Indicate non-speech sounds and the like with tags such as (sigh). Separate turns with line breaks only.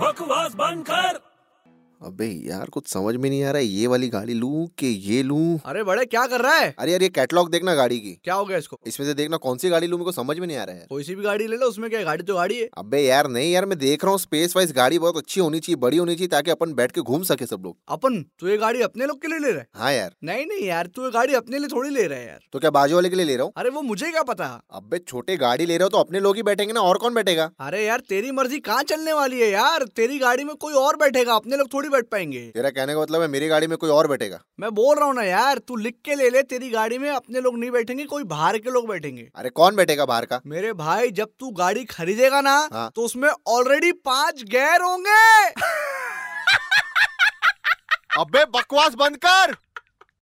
बकवास बंद कर
अबे यार कुछ समझ में नहीं आ रहा है ये वाली गाड़ी लूं कि ये लूं
अरे बड़े क्या कर रहा है
अरे यार ये कैटलॉग देखना गाड़ी की
क्या हो गया इसको
इसमें से देखना कौन सी गाड़ी लूं मेरे को समझ में नहीं आ रहा है
कोई सी भी गाड़ी ले लो उसमें क्या है? गाड़ी तो गाड़ी है
अबे यार नहीं यार मैं देख रहा हूँ स्पेस वाइज गाड़ी बहुत अच्छी होनी चाहिए बड़ी होनी चाहिए ताकि अपन बैठ के घूम सके सब लोग
अपन तू ये गाड़ी अपने लोग के लिए ले रहा है
हाँ यार
नहीं नहीं यार तू ये गाड़ी अपने लिए थोड़ी ले रहा है यार
तो क्या बाजू वाले के लिए ले रहा हूँ
अरे वो मुझे क्या पता
अबे छोटे गाड़ी ले रहे हो तो अपने लोग ही बैठेंगे ना और कौन बैठेगा
अरे यार तेरी मर्जी कहाँ चलने वाली है यार तेरी गाड़ी में कोई और बैठेगा अपने लोग थोड़ी बैठ पाएंगे
तेरा कहने का मतलब है मेरी गाड़ी में कोई और बैठेगा
मैं बोल रहा हूँ ना यार तू लिख के ले ले तेरी गाड़ी में अपने लोग नहीं बैठेंगे कोई बाहर के लोग बैठेंगे
अरे कौन बैठेगा बाहर
(laughs)
का
मेरे भाई जब तू गाड़ी खरीदेगा ना
हाँ।
तो उसमें ऑलरेडी पांच गैर होंगे
अबे बकवास बंद कर